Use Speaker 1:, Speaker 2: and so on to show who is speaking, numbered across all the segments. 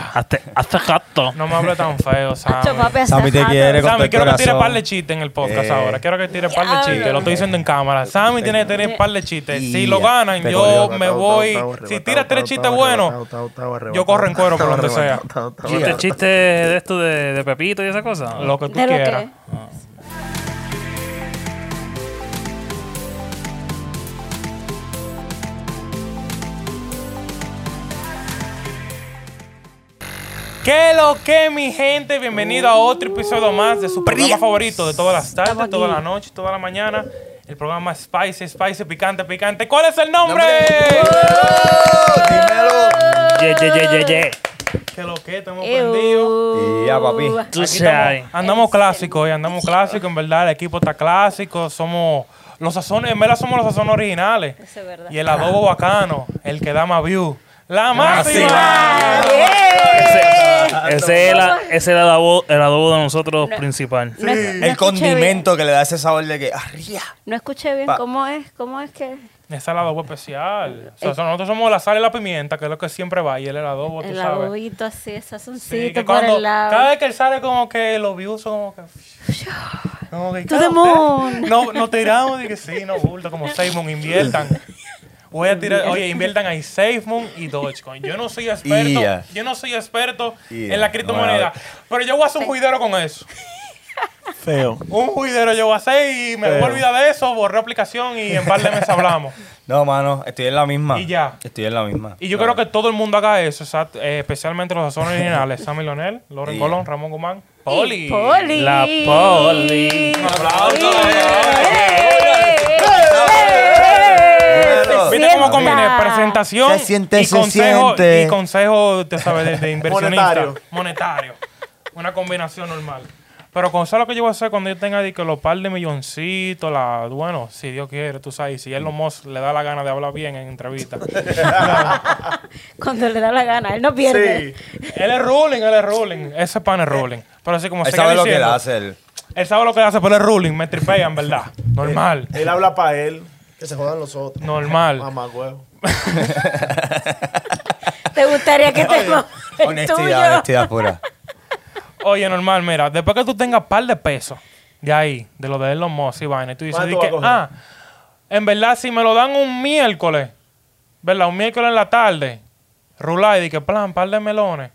Speaker 1: Hazte, hazte gato.
Speaker 2: No me hable tan feo,
Speaker 3: Hacho, papi,
Speaker 2: Sammy.
Speaker 3: hace
Speaker 4: Sammy te
Speaker 3: rato.
Speaker 4: quiere con todo
Speaker 2: Sammy,
Speaker 4: el
Speaker 2: quiero que tire
Speaker 4: corazón.
Speaker 2: par de chistes en el podcast
Speaker 4: Eh.
Speaker 2: ahora. Quiero que tire par de
Speaker 3: Diablo.
Speaker 2: chistes. Lo estoy diciendo en cámara. Sammy tiene que
Speaker 3: Eh,
Speaker 2: tirar par de chistes. Si lo
Speaker 4: Ya,
Speaker 2: ganan,
Speaker 4: te
Speaker 2: yo me voy. Si tira tres chistes buenos, yo corro en cuero por donde sea.
Speaker 1: ¿Chiste, chiste de esto de, de Pepito y esa cosa?
Speaker 2: lo que tú
Speaker 3: De lo
Speaker 2: quieras.
Speaker 3: que.
Speaker 2: ¿Qué lo que, mi gente? Bienvenido a otro episodio más de su programa favorito de todas las tardes, toda la noche, toda la mañana. El programa Spicy, Spicy, Picante, Picante. ¿Cuál es el nombre?
Speaker 1: Ye, ye, ye, ye, ye.
Speaker 2: ¿Qué lo que? Estamos
Speaker 3: Ew.
Speaker 2: prendidos.
Speaker 4: Ya, papi.
Speaker 1: Tú sabes.
Speaker 2: Andamos clásicos hoy, andamos clásicos, en verdad. El equipo está clásico. Somos los sazones, en verdad somos los sazones originales.
Speaker 3: Eso es verdad.
Speaker 2: Y el adobo bacano, el que da más view. ¡La máxima!
Speaker 3: Ah,
Speaker 1: máxima. Ese, ese es la- ese es el adobo, el adobo de nosotros principal.
Speaker 3: No, es- no
Speaker 4: El
Speaker 3: escuché
Speaker 4: condimento que le da ese sabor de que arriba.
Speaker 3: bien. No escuché bien
Speaker 4: Pa-
Speaker 3: cómo es, cómo es que
Speaker 2: Esa es el adobo especial. O sea, nosotros somos la sal y la pimienta, que es lo que siempre va. Y él es el adobo, tú
Speaker 3: el
Speaker 2: sabes.
Speaker 3: adobito así, ese
Speaker 2: Sí,
Speaker 3: asuncito
Speaker 2: que
Speaker 3: por
Speaker 2: cuando-
Speaker 3: el lado.
Speaker 2: Cada vez que él sale, como que los views son como que. como que,
Speaker 3: ¡Tu
Speaker 2: "Claro,
Speaker 3: demon!
Speaker 2: ustedes No, no tiramos. Y que sí, no, bulto, como Seismon, inviertan. Voy a tirar, oye, inviertan ahí Seismon y Dogecoin. Yo no soy experto,
Speaker 4: Yeah.
Speaker 2: yo no soy experto
Speaker 4: Yeah,
Speaker 2: en la
Speaker 4: no
Speaker 2: criptomoneda,
Speaker 4: voy
Speaker 2: pero yo voy a hacer un juidero con eso.
Speaker 5: Feo.
Speaker 2: Un juidero yo voy a hacer y me voy a olvidar de eso, borré aplicación y en par de meses hablamos.
Speaker 4: No, mano, estoy en la misma.
Speaker 2: Y ya.
Speaker 4: Estoy en la misma.
Speaker 2: Y yo creo que todo el mundo haga eso, o sea, eh, especialmente los azones originales, Sammy Lonel, Loren
Speaker 4: Yeah.
Speaker 2: Colón, Ramón Guzmán,
Speaker 3: Y
Speaker 2: Poli.
Speaker 3: Poli.
Speaker 1: La Poli.
Speaker 2: Un aplauso. eh, ¿Viste cómo combiné? Presentación
Speaker 4: Se siente,
Speaker 2: y
Speaker 4: se
Speaker 2: consejo,
Speaker 4: siente.
Speaker 2: y consejo te sabes, de, de inversionista. monetario.
Speaker 5: Monetario.
Speaker 2: Una combinación normal. Pero con eso lo que yo voy a hacer cuando yo tenga de que los par de milloncitos, la, bueno, si Dios quiere, tú sabes, si él lo le da la gana de hablar bien en entrevista.
Speaker 3: Cuando le da la gana, él no pierde.
Speaker 2: él es ruling, él es ruling. Ese pan es ruling. Pero así como
Speaker 4: Él
Speaker 2: se
Speaker 4: sabe lo que le
Speaker 2: diciendo,
Speaker 4: hace. él.
Speaker 2: Él sabe lo que le hace, pero es ruling, me tripea, en verdad. Normal.
Speaker 5: Él habla para él. Que se jodan los otros.
Speaker 2: Normal.
Speaker 5: Mamá, huevo.
Speaker 3: ¿Te gustaría que te comiera el
Speaker 4: Honestidad,
Speaker 3: tuyo?
Speaker 4: honestidad pura.
Speaker 2: Oye, normal, mira, después que tú tengas par de pesos de ahí, de lo de Elon Musk y vaina, y tú dices, di
Speaker 5: ¿Cuánto
Speaker 2: que,
Speaker 5: va a coger?
Speaker 2: ah, en verdad, si me lo dan un miércoles, ¿verdad? Un miércoles en la tarde, rular y di que, plan, par de melones,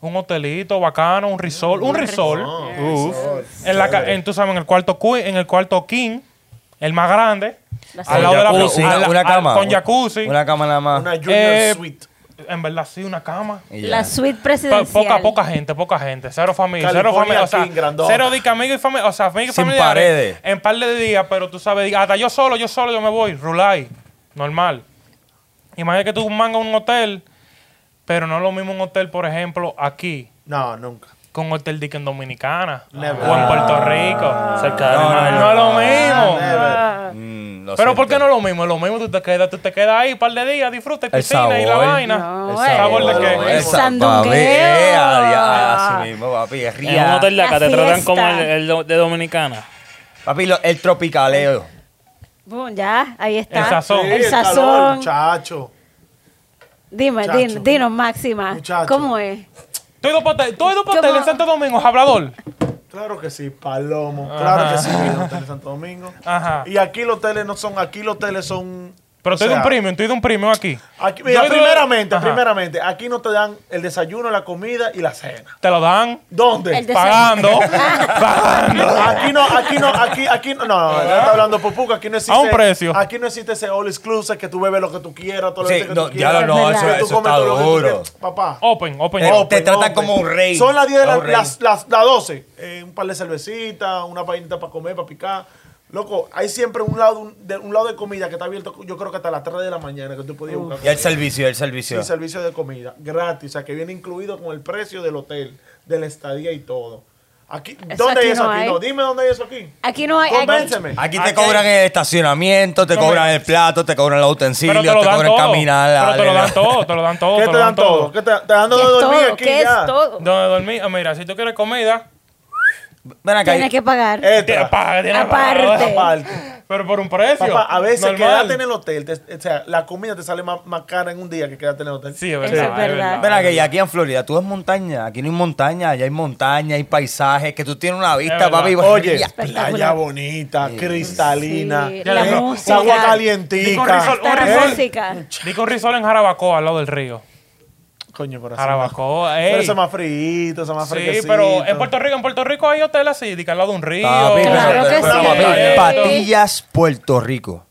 Speaker 2: un hotelito bacano, un risol, un risol, Uf. en, la, ca- en, tú sabes, en el cuarto, cui- en el cuarto king, el más grande,
Speaker 3: La
Speaker 2: al lado de la
Speaker 4: Jacuzzi,
Speaker 2: al-
Speaker 4: una, una
Speaker 2: al-
Speaker 4: cama.
Speaker 2: con jacuzzi,
Speaker 4: Una cama nada más.
Speaker 5: Una Junior
Speaker 2: Eh,
Speaker 5: Suite.
Speaker 2: en verdad, sí, una cama.
Speaker 4: Y ya.
Speaker 3: La suite
Speaker 2: Po-
Speaker 3: presidencial.
Speaker 2: poca, poca gente, poca gente. Cero familia,
Speaker 5: California
Speaker 2: cero familia. O sea,
Speaker 5: King, grandota.
Speaker 2: cero de que amigos y familia. O sea, amigos y
Speaker 4: Sin
Speaker 2: familiares
Speaker 4: paredes.
Speaker 2: En par de días, pero tú sabes, hasta yo solo, yo solo, yo me voy. Rulay, normal. Imagina que tú mangas un hotel, pero no es lo mismo un hotel, por ejemplo, aquí,
Speaker 5: No, nunca.
Speaker 2: con un hotel de que en Dominicana
Speaker 5: Never. Ah.
Speaker 2: o en Puerto Rico.
Speaker 1: Cerca de
Speaker 4: No,
Speaker 1: Alemania.
Speaker 2: No es lo mismo.
Speaker 4: Mm, lo
Speaker 2: Pero
Speaker 4: siento.
Speaker 2: ¿por qué no es lo mismo? Es lo mismo, tú te quedas, tú te quedas ahí un par de días, disfruta
Speaker 4: El
Speaker 2: piscina y la
Speaker 4: sabor.
Speaker 2: vaina.
Speaker 3: No,
Speaker 4: El
Speaker 3: eh.
Speaker 2: sabor de qué?
Speaker 4: El sa-
Speaker 3: Sandungueo.
Speaker 4: papi, eh, a- a- Así mismo, papi. Es
Speaker 1: En un
Speaker 4: ría.
Speaker 1: hotel de acá
Speaker 3: La
Speaker 1: te tratan
Speaker 3: fiesta.
Speaker 1: como el, el do- de Dominicana.
Speaker 4: Papi, lo- el tropicaleo.
Speaker 3: Boom, ya, ahí está.
Speaker 2: El sazón.
Speaker 5: Sí,
Speaker 3: El
Speaker 5: calor,
Speaker 3: sazón.
Speaker 5: Muchacho.
Speaker 3: Dime,
Speaker 5: Muchacho.
Speaker 3: din- dinos, Máxima.
Speaker 5: Muchacho.
Speaker 3: ¿Cómo es?
Speaker 2: Tú has ido por hotel- tú has ido por hotel
Speaker 3: ¿Cómo?
Speaker 2: en Santo Domingo, hablador.
Speaker 5: Claro que sí, Palomo. Claro que sí, el hotel de Santo Domingo.
Speaker 2: Ajá.
Speaker 5: Y aquí los hoteles no son, aquí los hoteles son.
Speaker 2: Pero
Speaker 5: o
Speaker 2: estoy de un
Speaker 5: sea,
Speaker 2: premium, estoy de un premium aquí.
Speaker 5: Aquí,
Speaker 2: Yo
Speaker 5: mira,
Speaker 2: he ido-
Speaker 5: primeramente,
Speaker 2: Ajá.
Speaker 5: primeramente, aquí no te dan el desayuno, la comida y la cena.
Speaker 2: Te lo dan
Speaker 5: ¿Dónde?
Speaker 3: El de-
Speaker 2: pagando. pagando.
Speaker 5: Aquí no, aquí no, aquí, aquí no, no, no, no está hablando pupuca, aquí no existe.
Speaker 2: A un precio.
Speaker 5: Aquí no existe ese all exclusive que tú bebes lo que tú quieras, todo lo
Speaker 4: Sí,
Speaker 5: que
Speaker 4: no,
Speaker 5: tú quieras.
Speaker 3: ya lo no, eso-
Speaker 5: que tú
Speaker 4: eso
Speaker 5: comes
Speaker 4: está
Speaker 5: todo lo que tú
Speaker 4: duro.
Speaker 5: quieras. Papá.
Speaker 2: Open, open,
Speaker 5: Eh,
Speaker 4: Te-
Speaker 2: open.
Speaker 4: te tratan como un rey.
Speaker 5: Son las 10 de la,
Speaker 4: Un rey.
Speaker 5: las, las, las 12. Eh, un par de cervecitas, una vainita para comer, para picar. Loco, hay siempre un lado un- de, un lado de comida que está abierto, yo creo que hasta las 3 de la mañana que tú podías buscar.
Speaker 4: Y el servicio, el servicio.
Speaker 5: sin servicio de comida, gratis, o sea, que viene incluido con el precio del hotel, de la estadía y todo. Aquí,
Speaker 3: Eso
Speaker 5: ¿Dónde
Speaker 3: aquí
Speaker 5: hay eso
Speaker 3: no
Speaker 5: aquí?
Speaker 3: hay.
Speaker 5: No, dime dónde hay eso aquí.
Speaker 3: Aquí no hay.
Speaker 5: Convénceme.
Speaker 4: Aquí te
Speaker 2: Aquí-
Speaker 4: cobran el estacionamiento, te
Speaker 2: Ah, No,
Speaker 4: cobran
Speaker 2: mira.
Speaker 4: el plato, te cobran los
Speaker 2: Pero
Speaker 4: utensilios,
Speaker 2: te
Speaker 4: te,
Speaker 2: lo dan
Speaker 4: cobran
Speaker 2: todo.
Speaker 4: caminar.
Speaker 2: Pero te lo
Speaker 4: dale,
Speaker 2: dan todo, te lo dan todo.
Speaker 5: ¿Qué te dan todo? ¿Qué te, te dan
Speaker 3: ¿Qué
Speaker 5: dónde
Speaker 3: es
Speaker 5: dormir
Speaker 3: todo?
Speaker 5: aquí
Speaker 3: ¿Qué
Speaker 5: ya?
Speaker 3: es todo?
Speaker 2: Donde dormí. Ah, mira, si tú quieres comida,
Speaker 4: Ven acá.
Speaker 3: Tienes que pagar.
Speaker 2: Este,
Speaker 5: Extra.
Speaker 2: te paga, tiene-
Speaker 3: Aparte.
Speaker 5: Aparte.
Speaker 2: Pero por un precio.
Speaker 5: Papá, a veces
Speaker 2: normal.
Speaker 5: quedarte en el hotel, te- o sea, la comida te sale más, más cara en un día que quedarte en el hotel.
Speaker 2: Sí, es
Speaker 3: Eso
Speaker 2: verdad.
Speaker 3: es verdad.
Speaker 4: Ven acá, y aquí en Florida, tú ves montaña, aquí no hay montaña, allá hay montaña, hay paisajes, que tú tienes una vista,
Speaker 2: verdad.
Speaker 4: papi. y vas-
Speaker 5: Oye,
Speaker 4: Ya.
Speaker 3: Espectacular.
Speaker 5: playa bonita, cristalina,
Speaker 3: Sí,
Speaker 5: ya
Speaker 2: la
Speaker 5: la-
Speaker 3: música.
Speaker 5: agua
Speaker 2: Digo,
Speaker 5: calientica.
Speaker 2: risol-
Speaker 3: Hasta la
Speaker 5: eh.
Speaker 2: Horrible.
Speaker 3: música.
Speaker 2: Dico Risol en Jarabacoa, al lado del río.
Speaker 5: Coño, corazón.
Speaker 2: Jarabacoa,
Speaker 5: Pero
Speaker 2: ey.
Speaker 5: eso es más frito, eso es más
Speaker 2: Sí,
Speaker 5: fresquecito.
Speaker 2: pero en Puerto Rico, en Puerto Rico hay hoteles así, dica, al lado de un río.
Speaker 4: Papi,
Speaker 3: Claro
Speaker 4: pero-
Speaker 3: que
Speaker 4: pero,
Speaker 3: sí.
Speaker 4: papi,
Speaker 3: Eh.
Speaker 4: Patillas, Puerto Rico.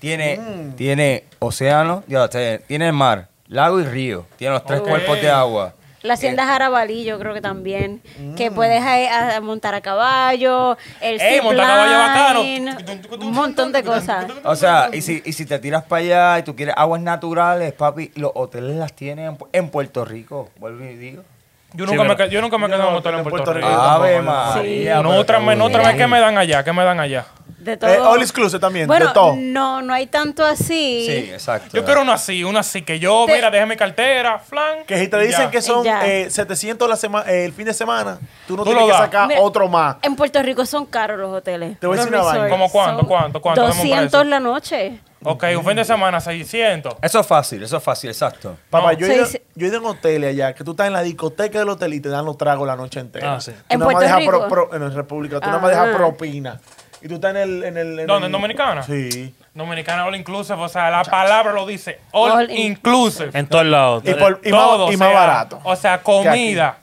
Speaker 4: Tiene,
Speaker 2: Mm.
Speaker 4: tiene océano, ya, te- tiene mar, lago y río. Tiene los tres
Speaker 2: Ok.
Speaker 4: cuerpos de agua.
Speaker 3: La hacienda
Speaker 2: Eh.
Speaker 3: Jarabalí, yo creo que también.
Speaker 5: Mm.
Speaker 3: Que puedes a- a- a montar a caballo, el
Speaker 2: Ey,
Speaker 3: zip
Speaker 2: Eh, montar a caballo
Speaker 3: line,
Speaker 2: bacano.
Speaker 3: Un montón de cosas.
Speaker 4: O sea, y si, y si te tiras para allá y tú quieres aguas naturales, papi, los hoteles las tienen en, Pu- en Puerto Rico. Vuelvo y digo.
Speaker 2: Yo
Speaker 1: Sí,
Speaker 2: nunca me
Speaker 1: pero-
Speaker 2: qued- yo nunca me he quedado en un hotel en Puerto Rico.
Speaker 5: tampoco,
Speaker 4: Ave
Speaker 5: no.
Speaker 4: María.
Speaker 2: No,
Speaker 4: pero
Speaker 2: otra
Speaker 5: Ah,
Speaker 4: qué
Speaker 2: vez, no, otra
Speaker 4: bueno.
Speaker 2: vez, ¿qué me dan allá? ¿Qué me dan allá?
Speaker 3: De todo.
Speaker 5: Eh, all inclusive también,
Speaker 3: bueno,
Speaker 5: de todo.
Speaker 3: no, no hay tanto así.
Speaker 4: Sí, exacto.
Speaker 2: Yo quiero una así, una así, que yo,
Speaker 3: Te-
Speaker 2: mira, déjame mi cartera, flan.
Speaker 5: Que si te dicen
Speaker 2: Ya.
Speaker 5: que son
Speaker 3: Ya.
Speaker 5: eh, 700 la sema- eh, el fin de semana, tú no
Speaker 2: Tú
Speaker 5: tienes
Speaker 2: lo
Speaker 5: que
Speaker 2: das.
Speaker 5: sacar
Speaker 3: Mira,
Speaker 5: otro más.
Speaker 3: En Puerto Rico son caros los hoteles.
Speaker 5: Te voy a
Speaker 3: los
Speaker 5: decir una vaina.
Speaker 3: resorts.
Speaker 2: ¿Cómo cuánto,
Speaker 3: Son
Speaker 2: cuánto, cuánto? Dame un
Speaker 3: 200
Speaker 2: precio.
Speaker 3: la noche.
Speaker 2: Ok, un fin de semana, 600.
Speaker 4: Eso es fácil, eso es fácil, exacto.
Speaker 5: Papá,
Speaker 2: No.
Speaker 5: yo, he ido,
Speaker 3: Sí, sí.
Speaker 5: yo he ido en hoteles allá, que tú estás en la discoteca del hotel y te dan los tragos la noche entera.
Speaker 1: Ah, sí.
Speaker 5: Tú
Speaker 3: ¿En
Speaker 5: nada más
Speaker 3: Puerto
Speaker 5: dejas
Speaker 3: Rico? Ah.
Speaker 5: pro- pro- en República, tú nada más dejas
Speaker 3: Ajá.
Speaker 5: propina. Y tú estás en el... En el en
Speaker 2: ¿Dónde?
Speaker 5: el-
Speaker 2: ¿En Dominicana?
Speaker 5: Sí.
Speaker 2: Dominicana All Inclusive, o sea, la palabra lo dice. All,
Speaker 3: All
Speaker 2: Inclusive.
Speaker 1: En todos lados.
Speaker 5: Y, por- y más-
Speaker 2: Todo,
Speaker 5: y
Speaker 2: o
Speaker 5: más
Speaker 2: sea,
Speaker 5: barato.
Speaker 2: O sea,
Speaker 5: aquí.
Speaker 2: comida.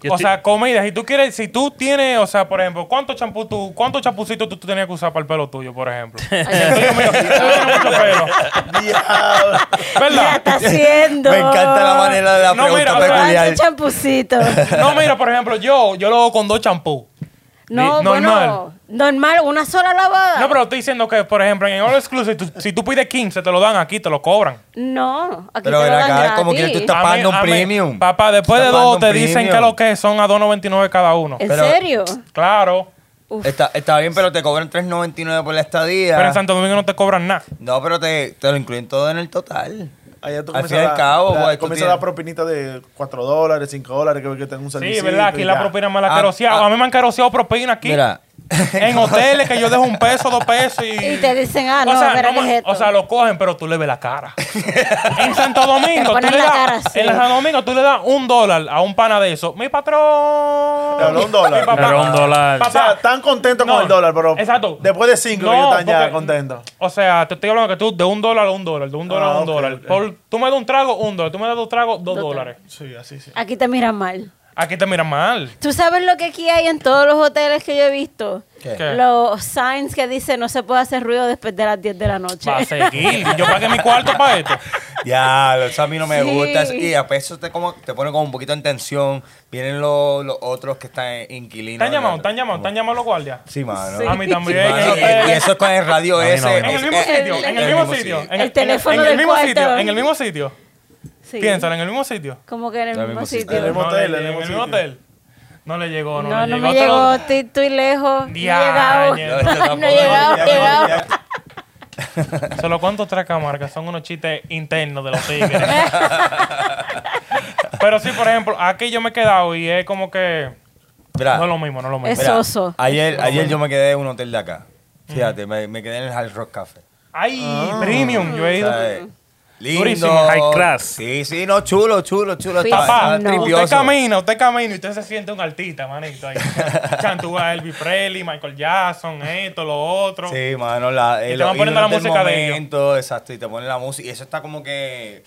Speaker 1: Yo
Speaker 2: O
Speaker 1: estoy-
Speaker 2: sea, comida. Si tú quieres, si tú tienes, o sea, por ejemplo, ¿cuántos champú tú, cuántos champucitos tú tenías que usar para el pelo tuyo, por ejemplo? El tuyo mío, tú tienes mucho pelo.
Speaker 5: Diablo.
Speaker 3: Ya
Speaker 2: ¿Verdad?
Speaker 3: está haciendo.
Speaker 4: Me encanta la manera de la
Speaker 2: No,
Speaker 4: pregunta
Speaker 2: mira, o sea,
Speaker 4: peculiar.
Speaker 3: Ay, champucito.
Speaker 2: No, mira, por ejemplo, yo, yo lo hago con dos champús.
Speaker 3: No,
Speaker 2: Ni- normal.
Speaker 3: bueno, normal, una sola lavada.
Speaker 2: No, pero estoy diciendo que, por ejemplo, en All Exclusive, tú- si tú pides 15, te lo dan aquí, te lo cobran.
Speaker 3: No, aquí
Speaker 4: Pero
Speaker 3: te lo
Speaker 4: ven
Speaker 3: dan
Speaker 4: acá, como
Speaker 3: gratis.
Speaker 4: que tú estás- pagando un premium.
Speaker 2: Papá, después
Speaker 4: Estás
Speaker 2: de
Speaker 4: pagando
Speaker 2: dos
Speaker 4: un
Speaker 2: te dicen
Speaker 4: premium.
Speaker 2: que lo que son a 2.99 cada uno.
Speaker 3: ¿En
Speaker 4: Pero-
Speaker 3: serio?
Speaker 2: Claro.
Speaker 3: Uf.
Speaker 4: Está, está bien, pero te cobran 3.99 por la estadía.
Speaker 2: Pero en Santo Domingo no te cobran nada.
Speaker 4: No, pero te, te lo incluyen todo en el total.
Speaker 5: Allá tú
Speaker 4: Al
Speaker 5: comienzas
Speaker 4: fin y al
Speaker 5: la-
Speaker 4: cabo,
Speaker 5: la-
Speaker 4: pues, tú
Speaker 5: comienzas
Speaker 4: tienes-
Speaker 5: la propinita de 4 dólares, 5 dólares, que, que tengo un
Speaker 2: Sí,
Speaker 5: servicio.
Speaker 2: ¿verdad? Aquí la propina me la
Speaker 4: Ah,
Speaker 2: caroseado.
Speaker 4: ah.
Speaker 2: a mí me han caroseado propina aquí.
Speaker 4: Mira.
Speaker 2: En hoteles que yo dejo un peso, dos pesos y...
Speaker 3: Y te dicen, ah,
Speaker 2: o
Speaker 3: no,
Speaker 2: sea,
Speaker 3: espera,
Speaker 2: no
Speaker 3: ¿qué
Speaker 2: me-
Speaker 3: es esto?
Speaker 2: o sea, lo cogen, pero tú le ves la cara. en Santo Domingo, tú
Speaker 3: ponen
Speaker 2: le
Speaker 3: la
Speaker 2: das,
Speaker 3: cara así.
Speaker 2: en Santo Domingo tú le das un dólar a un pana de eso. Mi patrón.
Speaker 5: Te habló un dólar.
Speaker 2: Mi papá.
Speaker 1: Pero un dólar.
Speaker 5: O sea, están contentos
Speaker 2: No,
Speaker 5: con el dólar, pero
Speaker 2: Exacto.
Speaker 5: después de 5
Speaker 2: No,
Speaker 5: ellos están ya
Speaker 2: porque-
Speaker 5: contentos.
Speaker 2: O sea, te estoy hablando que tú de un dólar a un dólar, de un dólar a
Speaker 5: Ah,
Speaker 2: un
Speaker 5: ok,
Speaker 2: dólar.
Speaker 5: ok.
Speaker 2: Por- tú me das un trago, un dólar. Tú me das dos tragos, dos dólares.
Speaker 5: Sí, así sí.
Speaker 3: Aquí te miran mal.
Speaker 2: Aquí te miran mal.
Speaker 3: ¿Tú sabes lo que aquí hay en todos los hoteles que yo he visto?
Speaker 4: ¿Qué?
Speaker 2: ¿Qué?
Speaker 3: Los signs que dicen no se puede hacer ruido después de las 10 de la noche.
Speaker 2: Va a seguir. Yo pagué mi cuarto para esto.
Speaker 4: Ya, eso a mí no me
Speaker 3: Sí.
Speaker 4: gusta. eso- Y a eso te, como, te pone como un poquito en tensión. Vienen los, los otros que están en- inquilinos.
Speaker 2: Están llamados, están llamados, están llamados los guardias.
Speaker 4: Sí, mano.
Speaker 2: A mí también.
Speaker 4: Mano,
Speaker 2: en el
Speaker 4: y,
Speaker 2: hotel.
Speaker 4: y eso es con el radio
Speaker 1: A mí no,
Speaker 4: ese.
Speaker 1: a mí
Speaker 2: en el mismo
Speaker 4: ese-
Speaker 2: sitio, en el mismo sitio. en
Speaker 3: El
Speaker 2: en
Speaker 3: teléfono
Speaker 2: en el
Speaker 3: del
Speaker 2: mismo
Speaker 3: cuarto.
Speaker 2: sitio, en el mismo sitio.
Speaker 3: Sí.
Speaker 2: Piénsalo, en el mismo sitio.
Speaker 3: Como que en el
Speaker 4: Del
Speaker 3: mismo
Speaker 4: mismo
Speaker 3: sitio.
Speaker 4: sitio.
Speaker 5: En el mismo
Speaker 2: No,
Speaker 5: hotel,
Speaker 2: le-
Speaker 5: en el
Speaker 2: en el
Speaker 5: mismo
Speaker 2: mismo hotel. No le llegó, no,
Speaker 3: No,
Speaker 2: le llegó.
Speaker 3: no me
Speaker 2: Te lo-
Speaker 3: llegó, estoy, estoy lejos. No he llegado.
Speaker 2: Diañe.
Speaker 4: No, este tampoco.
Speaker 3: No he llegado, no he llegado.
Speaker 2: Solo cuánto traca marca, son unos chistes internos de los tigres. Pero sí, por ejemplo, aquí yo me he quedado y es como que
Speaker 4: Mira,
Speaker 2: no es lo mismo, no es lo mismo.
Speaker 3: Es
Speaker 4: mira,
Speaker 3: oso.
Speaker 4: Ayer, ayer yo me quedé en un hotel de acá.
Speaker 2: Mm.
Speaker 4: Fíjate, me, me quedé en el Hard Rock Café.
Speaker 2: Ay, premium, yo he ido.
Speaker 4: ¿sabes? Lindo.
Speaker 2: Durísimo,
Speaker 1: high class.
Speaker 4: Sí, sí, no, chulo, chulo, chulo.
Speaker 3: Fui-
Speaker 4: estaba-
Speaker 2: Papá,
Speaker 3: no.
Speaker 4: estaba
Speaker 2: usted
Speaker 4: tripioso.
Speaker 2: camina, usted camina y usted se siente un artista, manito. Ahí. Chantúa Elvis Presley, Michael Jackson, esto, lo otro.
Speaker 4: Sí, mano, la,
Speaker 2: Y
Speaker 4: eh,
Speaker 2: te van
Speaker 4: los
Speaker 2: poniendo la
Speaker 4: himnos del
Speaker 2: música de ellos.
Speaker 4: momento, exacto, y te ponen la música. Y eso está como que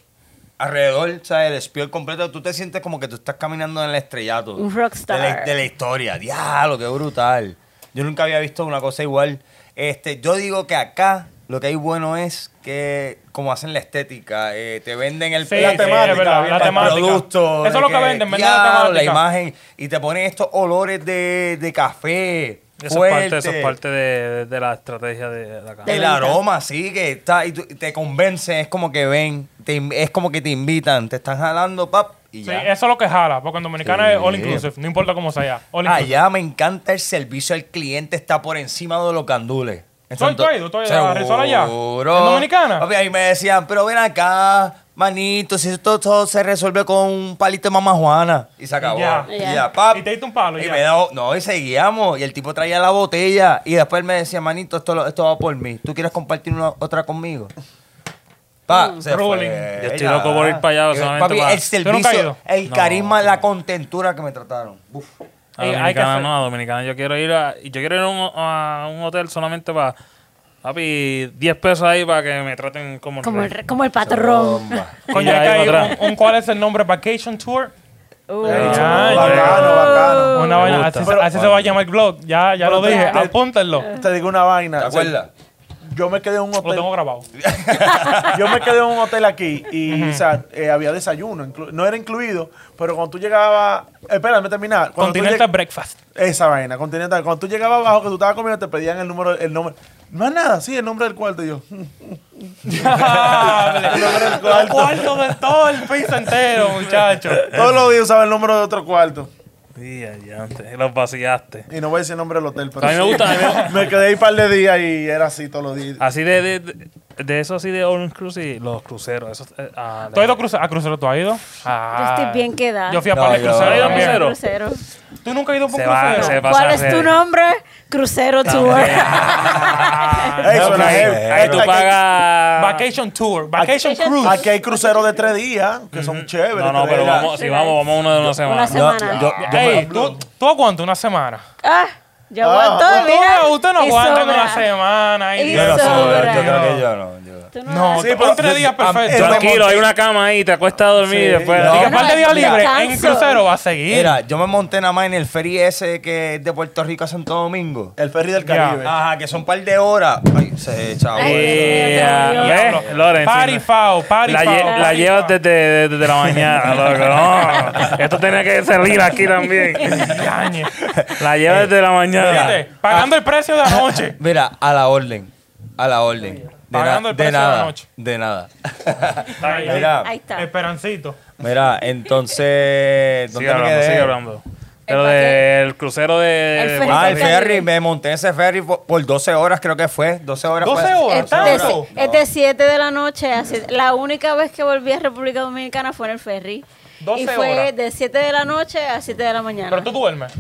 Speaker 4: alrededor, ¿sabes? El spiel completo. Tú te sientes como que tú estás caminando en el estrellato.
Speaker 3: Un rockstar.
Speaker 4: De la, de la historia. Diablo, qué brutal. Yo nunca había visto una cosa igual. Este, yo digo que acá lo que hay bueno es que como hacen la estética, eh, te venden el,
Speaker 2: Sí,
Speaker 4: la
Speaker 2: sí,
Speaker 4: temática,
Speaker 2: es verdad, la
Speaker 4: el
Speaker 2: temática.
Speaker 4: producto.
Speaker 2: Eso es
Speaker 4: de
Speaker 2: lo que venden, venden la
Speaker 4: diablo,
Speaker 2: temática.
Speaker 4: imagen. Y te ponen estos olores de, de café.
Speaker 1: Eso es parte, eso es
Speaker 4: fuerte.
Speaker 1: parte de, de- de la estrategia de, de acá.
Speaker 3: De
Speaker 4: El
Speaker 3: verdad.
Speaker 4: aroma, sí, que está, y tú- y te convence, es como que ven, te in- es como que te invitan, te están jalando, pap, y
Speaker 2: Sí,
Speaker 4: ya.
Speaker 2: eso es lo que jala, porque en Dominicana
Speaker 4: Sí.
Speaker 2: es all inclusive, no importa cómo sea. All inclusive.
Speaker 4: Allá Ah, me encanta el servicio al cliente, está por encima de los candules. En
Speaker 2: Soy-
Speaker 4: Santo-
Speaker 2: tú has ido, tú has ido a Resol allá,
Speaker 4: Seguro.
Speaker 2: en Dominicana.
Speaker 4: Papi, ahí me decían, pero ven acá, manito, si esto todo se resuelve con un palito de mamá Juana. Y se acabó.
Speaker 2: Ya.
Speaker 4: Y
Speaker 3: Ya.
Speaker 4: ya, pap.
Speaker 2: Y te diste un palo,
Speaker 4: Y
Speaker 2: ya.
Speaker 4: me da- no, y seguíamos. Y el tipo traía la botella. Y después me decía, manito, esto, lo- esto va por mí. ¿Tú quieres compartir una- otra conmigo? Pa, se
Speaker 2: Ruling.
Speaker 4: fue.
Speaker 1: Mm. Yo estoy loco por ir pa' allá,
Speaker 4: Y,
Speaker 1: solamente
Speaker 4: papi,
Speaker 1: pa-
Speaker 4: el
Speaker 2: ¿Tú nunca has ido?
Speaker 4: servicio, el
Speaker 1: No,
Speaker 4: carisma, la contentura que me trataron. Uf.
Speaker 1: A
Speaker 2: Ey, hay que
Speaker 1: Dominicana
Speaker 2: hacer-
Speaker 1: no, a Dominicana yo quiero ir a, yo quiero ir a un, a un hotel solamente para, papi, 10 pesos ahí para que me traten como, el
Speaker 3: Como
Speaker 1: rey.
Speaker 3: el, como el patrón.
Speaker 4: Bomba.
Speaker 1: Y
Speaker 2: Coño, hay que
Speaker 1: ahí
Speaker 2: hay
Speaker 1: para
Speaker 2: un,
Speaker 1: atrás.
Speaker 2: un- ¿cuál es el nombre? Vacation Tour.
Speaker 3: Uh.
Speaker 2: Ay,
Speaker 5: bacano, bacano.
Speaker 2: Una vaina,
Speaker 1: gusta.
Speaker 2: así, se- así se va a llamar el blog. Ya, ya lo
Speaker 5: Pero
Speaker 2: dije,
Speaker 5: te-
Speaker 2: apúntenlo.
Speaker 5: Te digo una vaina.
Speaker 4: ¿Te acuerdas?
Speaker 5: Yo me quedé en un
Speaker 2: Lo
Speaker 5: hotel.
Speaker 2: tengo grabado.
Speaker 5: Yo me quedé en un hotel aquí y o sea, eh, había desayuno. inclu- No era incluido, pero cuando tú llegabas. Espérame terminar. Cuando tú
Speaker 2: Continental
Speaker 5: lleg-
Speaker 2: Breakfast.
Speaker 5: Esa vaina, continental. Cuando tú llegabas abajo que tú estabas comiendo, te pedían el número, el nombre. No es nada, sí, el nombre del cuarto. Y yo, "Mm,
Speaker 2: Los cuartos de todo el piso entero, muchachos.
Speaker 5: eh,
Speaker 1: eh,
Speaker 5: todos los días usaba el número de otro cuarto.
Speaker 1: Sí, adiante, los vaciaste.
Speaker 5: Y no voy a decir el nombre del hotel, pero.
Speaker 1: A mí me
Speaker 5: sí.
Speaker 1: gusta, Ah, a mí me-
Speaker 5: Me quedé ahí un par de días y era así todos los días.
Speaker 1: Así de, de, de- de eso así de Orange Cruise y los cruceros. Eso, eh, ah,
Speaker 2: ¿Tú has ido a crucero? ¿A crucero tú has ido? Ah.
Speaker 3: Yo estoy bien quedada.
Speaker 2: Yo fui a
Speaker 4: No,
Speaker 2: par de
Speaker 4: yo-
Speaker 2: cruceros
Speaker 1: ¿Has ido a
Speaker 2: también.
Speaker 1: crucero?
Speaker 3: Crucero.
Speaker 2: ¿Tú nunca has ido a un
Speaker 1: Se va,
Speaker 2: crucero?
Speaker 1: se va.
Speaker 3: ¿Cuál
Speaker 1: pasa
Speaker 3: es tu
Speaker 1: de-
Speaker 3: nombre? Crucero Tour.
Speaker 5: Ey,
Speaker 1: Ah, no,
Speaker 5: suena
Speaker 1: ahí-
Speaker 5: heavy.
Speaker 1: ahí tú
Speaker 5: Aquí-
Speaker 1: pagas.
Speaker 2: Vacation Tour, Vacation Cruise.
Speaker 5: Aquí hay cruceros de tres días que son chéveres.
Speaker 1: No, no,
Speaker 5: tres
Speaker 1: pero
Speaker 5: días.
Speaker 1: vamos, si vamos, vamos uno de una semana.
Speaker 3: Una
Speaker 4: Yo-
Speaker 3: semana.
Speaker 4: yo- yo me-
Speaker 2: Ey, ¿tú, tú aguantas una semana.
Speaker 3: Ah, yo aguanto.
Speaker 5: Ah,
Speaker 2: Usted,
Speaker 3: mira,
Speaker 2: usted no
Speaker 3: y
Speaker 2: aguanta
Speaker 3: sobra.
Speaker 2: una semana. ay,
Speaker 3: Y
Speaker 4: Yo no
Speaker 2: Dios.
Speaker 4: sé, yo-
Speaker 3: Sobra.
Speaker 4: yo creo que yo no. yo-
Speaker 3: Tú
Speaker 2: No,
Speaker 5: Sí,
Speaker 2: tú-
Speaker 5: pero-
Speaker 2: un tres días perfecto.
Speaker 4: yo-
Speaker 1: Tranquilo, hay una cama ahí, te acuestas a dormir y después.
Speaker 4: no.
Speaker 2: Y que
Speaker 3: Bueno,
Speaker 2: par de días libre en
Speaker 3: descanso.
Speaker 2: crucero va a seguir.
Speaker 4: Mira, yo me monté nada más en el ferry ese que es de Puerto Rico a Santo Domingo.
Speaker 5: El ferry del
Speaker 2: Ya. Ah.
Speaker 5: Caribe.
Speaker 4: Ajá, que son un par de horas. Ay, se chavo.
Speaker 3: Ay,
Speaker 1: Yeah,
Speaker 3: Dios mío,
Speaker 1: Eh, ah, ¿ves?
Speaker 2: Dios.
Speaker 1: Loren,
Speaker 2: Party
Speaker 1: sí,
Speaker 2: foul, party
Speaker 1: la, lle-
Speaker 2: foul,
Speaker 1: la
Speaker 2: party
Speaker 1: llevas
Speaker 2: foul.
Speaker 1: desde, desde la mañana, loco. No, esto tenía que salir aquí también.
Speaker 2: Yañe.
Speaker 1: La llevas desde la mañana.
Speaker 2: Fíjate, Pagando el precio
Speaker 4: Ah.
Speaker 2: de anoche.
Speaker 4: Mira, a la orden. A la orden. De,
Speaker 2: Pagando
Speaker 4: nada,
Speaker 2: el
Speaker 4: de
Speaker 2: precio de la
Speaker 4: nada.
Speaker 2: noche.
Speaker 4: De nada.
Speaker 2: Ahí,
Speaker 3: Ahí
Speaker 4: mira,
Speaker 3: está.
Speaker 2: Esperancito.
Speaker 4: mira, entonces. ¿Dónde
Speaker 1: Sigue
Speaker 4: me
Speaker 1: hablando,
Speaker 4: quedé?
Speaker 1: sigue hablando. Pero
Speaker 3: El paquete.
Speaker 1: del crucero de.
Speaker 3: El
Speaker 1: de
Speaker 3: ferry.
Speaker 1: Puerto
Speaker 4: Ah,
Speaker 3: Ahí
Speaker 4: el
Speaker 1: Rico.
Speaker 3: Pues está.
Speaker 4: ferry. Me monté en ese ferry por, por 12 horas, creo que fue. 12 horas.
Speaker 2: 12
Speaker 4: fue.
Speaker 2: horas,
Speaker 3: Es de, si- es de 7 de la noche. a siete- la única vez que volví a República Dominicana fue en el ferry.
Speaker 2: 12
Speaker 3: y fue
Speaker 2: horas.
Speaker 3: de 7 de la noche a 7 de la mañana.
Speaker 2: Pero tú duermes.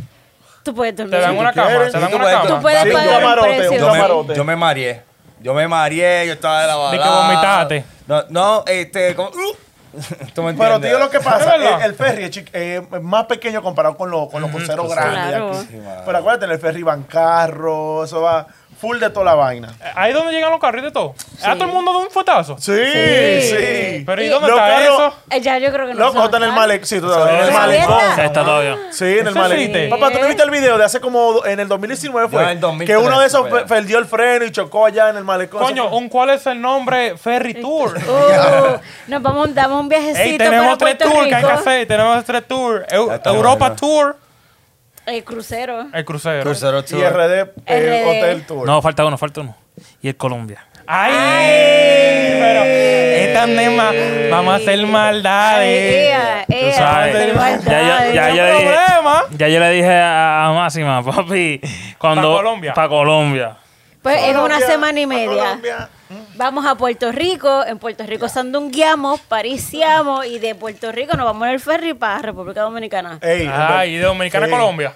Speaker 3: Tú puedes dormir.
Speaker 2: Te dan una cama.
Speaker 5: quieres,
Speaker 2: Te
Speaker 4: sí,
Speaker 2: dan
Speaker 4: tú
Speaker 2: una
Speaker 4: puedes-
Speaker 3: Tú
Speaker 2: cama.
Speaker 3: puedes
Speaker 5: Sí,
Speaker 3: pagar
Speaker 5: yo
Speaker 3: el
Speaker 5: camarote,
Speaker 3: precio.
Speaker 5: yo
Speaker 4: yo me,
Speaker 5: camarote.
Speaker 4: yo me mareé. Yo me mareé, yo estaba de la
Speaker 2: Di que
Speaker 4: balada.
Speaker 2: vomitaste.
Speaker 4: No, no, este, como, ¿Tú me entiendes?
Speaker 5: Pero te digo lo que pasa,
Speaker 2: ¿Es verdad?
Speaker 5: el, el ferry es chi- eh, es más pequeño comparado con los, con los cruceros
Speaker 2: pues
Speaker 5: grandes.
Speaker 3: Claro.
Speaker 5: aquí.
Speaker 3: Sí,
Speaker 5: Pero acuérdate, en el ferry van carros, eso va full de toda la vaina.
Speaker 2: Ahí es donde llegan los carritos y todo. ¿A todo el mundo de un fotazo?
Speaker 5: Sí, sí.
Speaker 2: Pero ¿y
Speaker 3: Y-
Speaker 2: dónde
Speaker 5: Los
Speaker 2: está
Speaker 5: carros-
Speaker 2: eso?
Speaker 3: Eh, Ya yo creo que no.
Speaker 5: Loco,
Speaker 3: se
Speaker 5: está en el
Speaker 3: van.
Speaker 5: malecón. Sí, tú sabes, en el
Speaker 3: ¿Está
Speaker 5: malecón.
Speaker 3: abierta?
Speaker 1: Está todavía.
Speaker 5: Sí, en el
Speaker 2: Eso existe.
Speaker 5: malecón. Papá, ¿tú no viste el video de hace como do- en el 2019 fue?
Speaker 4: Yo en el 2013
Speaker 5: que uno de esos
Speaker 4: fue.
Speaker 5: pe- perdió el freno y chocó allá en el malecón.
Speaker 2: Coño,
Speaker 5: Eso
Speaker 2: un ¿cuál es el nombre? Ferry Tour.
Speaker 3: Uh, nos vamos, damos un viajecito
Speaker 2: Ey, tenemos
Speaker 3: Este, para
Speaker 2: tres
Speaker 3: Puerto
Speaker 2: tours que hay que
Speaker 3: Rico.
Speaker 2: hacer. Tenemos tres tours. Eu-
Speaker 4: Ya está
Speaker 2: Europa
Speaker 4: bueno.
Speaker 2: Tour,
Speaker 3: El Eh, crucero.
Speaker 2: el crucero.
Speaker 4: Crucero
Speaker 5: fue. Y
Speaker 4: Tour.
Speaker 5: RD, eh,
Speaker 3: RD.
Speaker 5: Hotel Tour.
Speaker 1: No, falta uno, falta uno. Y el Colombia.
Speaker 2: ¡Ay! Pero estas nemas, vamos a hacer
Speaker 3: Ay,
Speaker 2: maldades.
Speaker 3: ea,
Speaker 1: Tú
Speaker 3: ea,
Speaker 1: sabes.
Speaker 3: qué
Speaker 1: Ya,
Speaker 3: maldad,
Speaker 1: yo- ya yo
Speaker 3: ea.
Speaker 2: no hay
Speaker 1: dije-
Speaker 2: problema.
Speaker 1: ya yo le dije a, a Máxima, papi. Cuando,
Speaker 2: Pa' Colombia.
Speaker 1: Pa' Colombia.
Speaker 3: Pues es una
Speaker 5: Colombia,
Speaker 3: semana y media.
Speaker 5: Colombia.
Speaker 3: Vamos a Puerto Rico, en Puerto Rico sandungueamos, pariciamos y de Puerto Rico nos vamos en el ferry para República Dominicana.
Speaker 5: Ey,
Speaker 2: Ay, de Dominicana a
Speaker 5: Sí.
Speaker 2: Colombia.